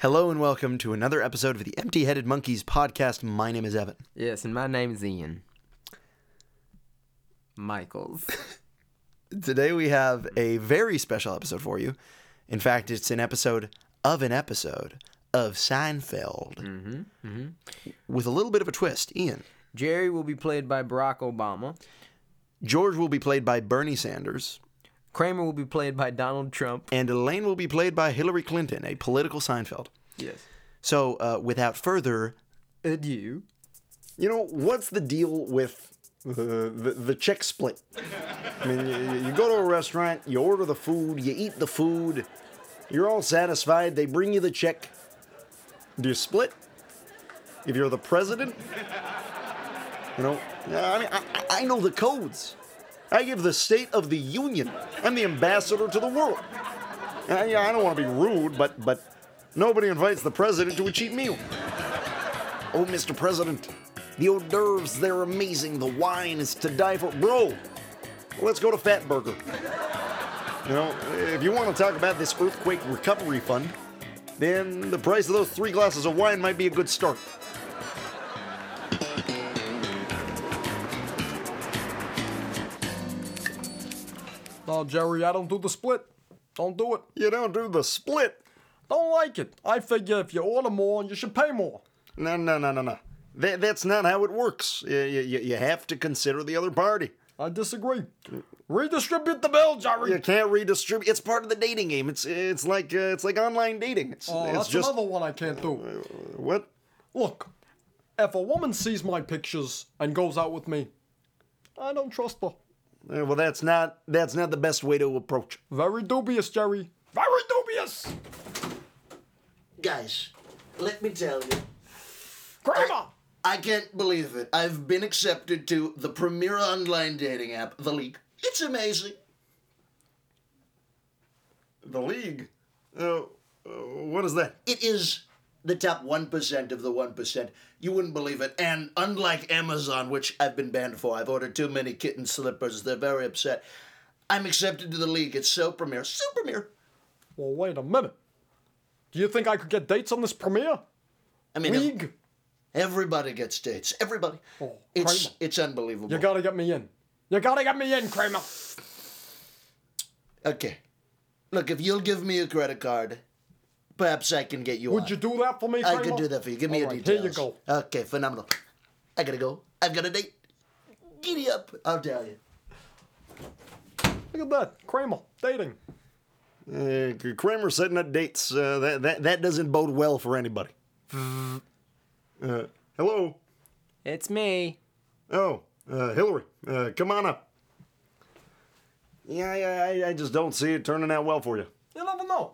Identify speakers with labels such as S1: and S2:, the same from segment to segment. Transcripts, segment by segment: S1: Hello and welcome to another episode of the Empty Headed Monkeys podcast. My name is Evan.
S2: Yes, and my name is Ian. Michaels.
S1: Today we have a very special episode for you. In fact, it's an episode of an episode of Seinfeld with a little bit of a twist. Ian,
S2: Jerry will be played by Barack Obama.
S1: George will be played by Bernie Sanders,
S2: Kramer will be played by Donald Trump.
S1: and Elaine will be played by Hillary Clinton, a political Seinfeld.
S2: Yes.
S1: So, uh, without further,
S2: Adieu.
S1: you know, what's the deal with the, the, the chick split? I mean, you, you go to a restaurant, you order the food, you eat the food, you're all satisfied, they bring you the check. Do you split? If you're the president? You know, I mean, I, I know the codes. I give the State of the Union. I'm the ambassador to the world. And I, yeah, I don't want to be rude, but, but nobody invites the president to a cheap meal. Oh, Mr. President, the hors d'oeuvres, they're amazing. The wine is to die for. Bro, let's go to Fatburger. You know, if you want to talk about this earthquake recovery fund, then the price of those three glasses of wine might be a good start.
S2: Oh, Jerry, I don't do the split. Don't do it.
S1: You don't do the split.
S2: Don't like it. I figure if you order more, you should pay more.
S1: No, no, no, no, no. That, that's not how it works. You, you, you have to consider the other party.
S2: I disagree. Redistribute the bill, Jerry.
S1: You can't redistribute. It's part of the dating game. It's it's like uh, it's like online dating. It's
S2: Oh,
S1: it's
S2: that's
S1: just
S2: another one I can't do.
S1: what
S2: Look, if a woman sees my pictures and goes out with me, I don't trust her.
S1: Uh, well, that's not that's not the best way to approach. it.
S2: Very dubious, Jerry. Very dubious.
S3: Guys, let me tell you,
S2: Kramer.
S3: I can't believe it. I've been accepted to the premier online dating app, The League. It's amazing.
S1: The league. Uh, uh, what is that?
S3: It is the top 1% of the 1%. You wouldn't believe it. And unlike Amazon, which I've been banned for, I've ordered too many kitten slippers. They're very upset. I'm accepted to The League. It's so premier. So premier.
S2: Well, wait a minute. Do you think I could get dates on this premiere?
S3: I mean,
S2: League,
S3: everybody gets dates. Everybody.
S2: Oh,
S3: it's,
S2: Kramer.
S3: it's unbelievable.
S2: you gotta get me in. You gotta get me in, Kramer.
S3: okay. Look, if you'll give me a credit card, perhaps I can get you on.
S2: Would you do that for me,
S3: I
S2: Kramer?
S3: can do that for you. Give me your
S2: All right,
S3: details.
S2: Here you
S3: Okay, phenomenal. I gotta go. I've got a date. Giddy up. I'll tell you.
S2: go. Look at that, Kramer dating.
S1: Uh, Kramer setting up dates. Uh, that, that that doesn't bode well for anybody. Uh, hello.
S2: It's me.
S1: Oh, uh, Hillary. Uh, come on up. Yeah, I, I, I just don't see it turning out well for you.
S2: You never know.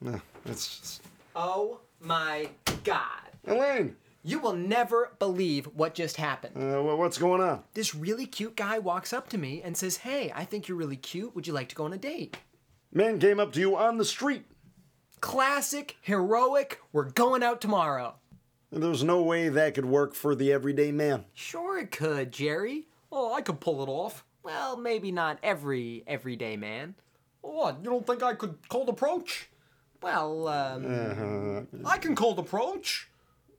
S1: No, it's just...
S4: Oh my god.
S1: Elaine.
S4: You will never believe what just happened.
S1: Uh, wha- what's going on?
S4: This really cute guy walks up to me and says, Hey, I think you're really cute. Would you like to go on a date?
S1: Man came up to you on the street.
S4: Classic, heroic, we're going out tomorrow.
S1: There's no way that could work for the everyday man.
S4: Sure it could, Jerry.
S2: Oh, I could pull it off.
S4: Well, maybe not every everyday man.
S2: What? You don't think I could cold approach?
S4: Well, um,
S2: I can cold approach.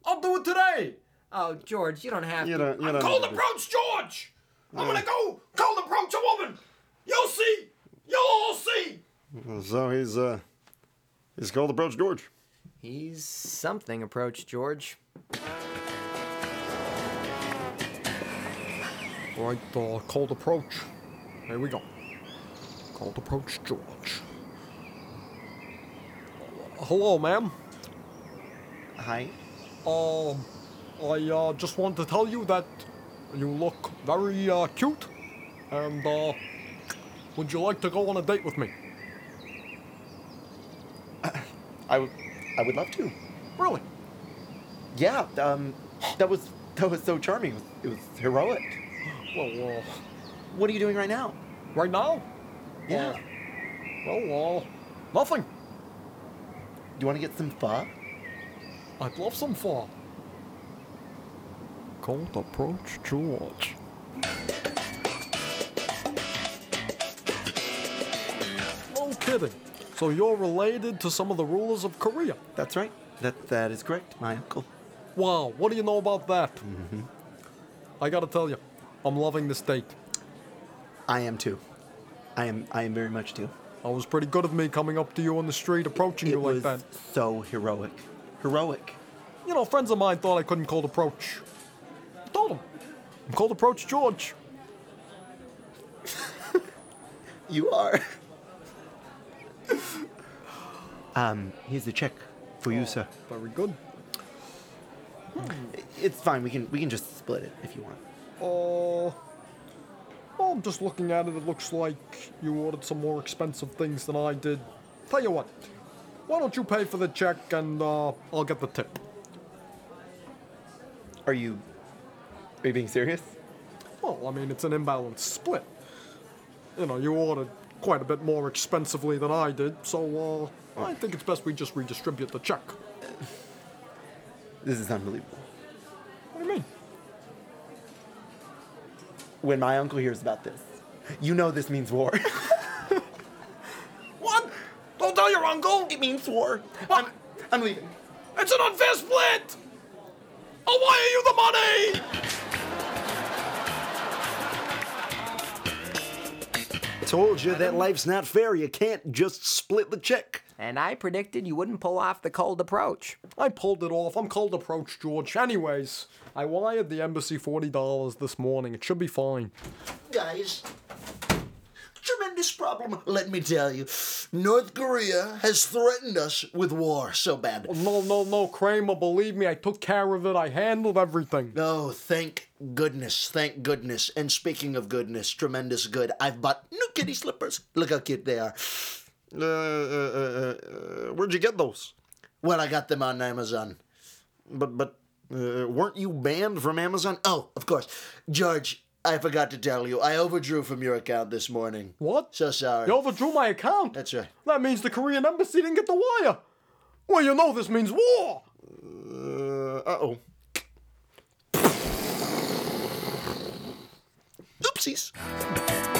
S2: I'll do it today.
S4: oh, George, you don't have
S1: You
S4: to.
S1: don't. You don't.
S2: Cold approach, George. I'm gonna go cold approach a woman. You'll see. You'll all see.
S1: So he's uh, he's called approach George.
S4: He's something approach, George.
S2: Right, uh, cold approach. Here we go. Cold approach, George. Uh, Hello, ma'am.
S1: Hi.
S2: Um, I uh, just want to tell you that you look very uh, cute, and uh, would you like to go on a date with me?
S1: I would, I would love to.
S2: Really?
S1: Yeah, um, that was that was so charming. It was, it was heroic.
S2: Well, uh,
S1: What are you doing right now?
S2: right now?
S1: Yeah.
S2: Well, uh, nothing.
S1: Do you want to get some pho?
S2: I'd love some fun. Cold approach, George. No kidding. So you're related to some of the rulers of Korea.
S3: That's right. That that is correct. My uncle.
S2: Wow, what do you know about that? I gotta tell you, I'm loving this date.
S3: I am too. I am. I am very much too.
S2: I was pretty good of me coming up to you on the street, approaching
S3: It
S2: you like
S3: was
S2: that.
S3: so heroic. Heroic.
S2: You know, friends of mine thought I couldn't cold approach. I told them, I'm cold approach George.
S3: You are. um, here's the check for you, sir.
S2: Very good.
S3: It's fine. We can we can just split it if you want.
S2: Oh, well, I'm just looking at it. It looks like you ordered some more expensive things than I did. Tell you what, why don't you pay for the check and uh, I'll get the tip.
S3: Are you are you being serious?
S2: Well, I mean, it's an imbalance split. You know, you ordered quite a bit more expensively than I did, so uh, I think it's best we just redistribute the check.
S3: This is unbelievable.
S2: What do you mean?
S3: When my uncle hears about this, you know this means war.
S2: What? Don't tell your uncle!
S3: it means war. I'm, I'm leaving.
S2: It's an unfair split! Oh, why are you the money?
S3: Told you that life's not fair. You can't just split the check.
S4: And I predicted you wouldn't pull off the cold approach.
S2: I pulled it off. I'm cold approach, George. Anyways, I wired the embassy $40 this morning. It should be fine.
S5: Guys, tremendous problem, let me tell you. North Korea has threatened us with war so bad.
S2: No, no, no, Kramer, believe me, I took care of it. I handled everything.
S5: Oh, thank goodness, thank goodness. And speaking of goodness, tremendous good, I've bought new kitty slippers. Look how cute they are.
S3: Uh, uh, uh, uh, where'd you get those?
S5: Well, I got them on Amazon.
S3: But but uh, weren't you banned from Amazon?
S5: Oh, of course. George, I forgot to tell you, I overdrew from your account this morning.
S2: What?
S5: So sorry.
S2: You overdrew my account.
S5: That's right.
S2: That means the Korean embassy didn't get the wire. Well, you know this means war.
S3: Uh oh.
S5: Oopsies.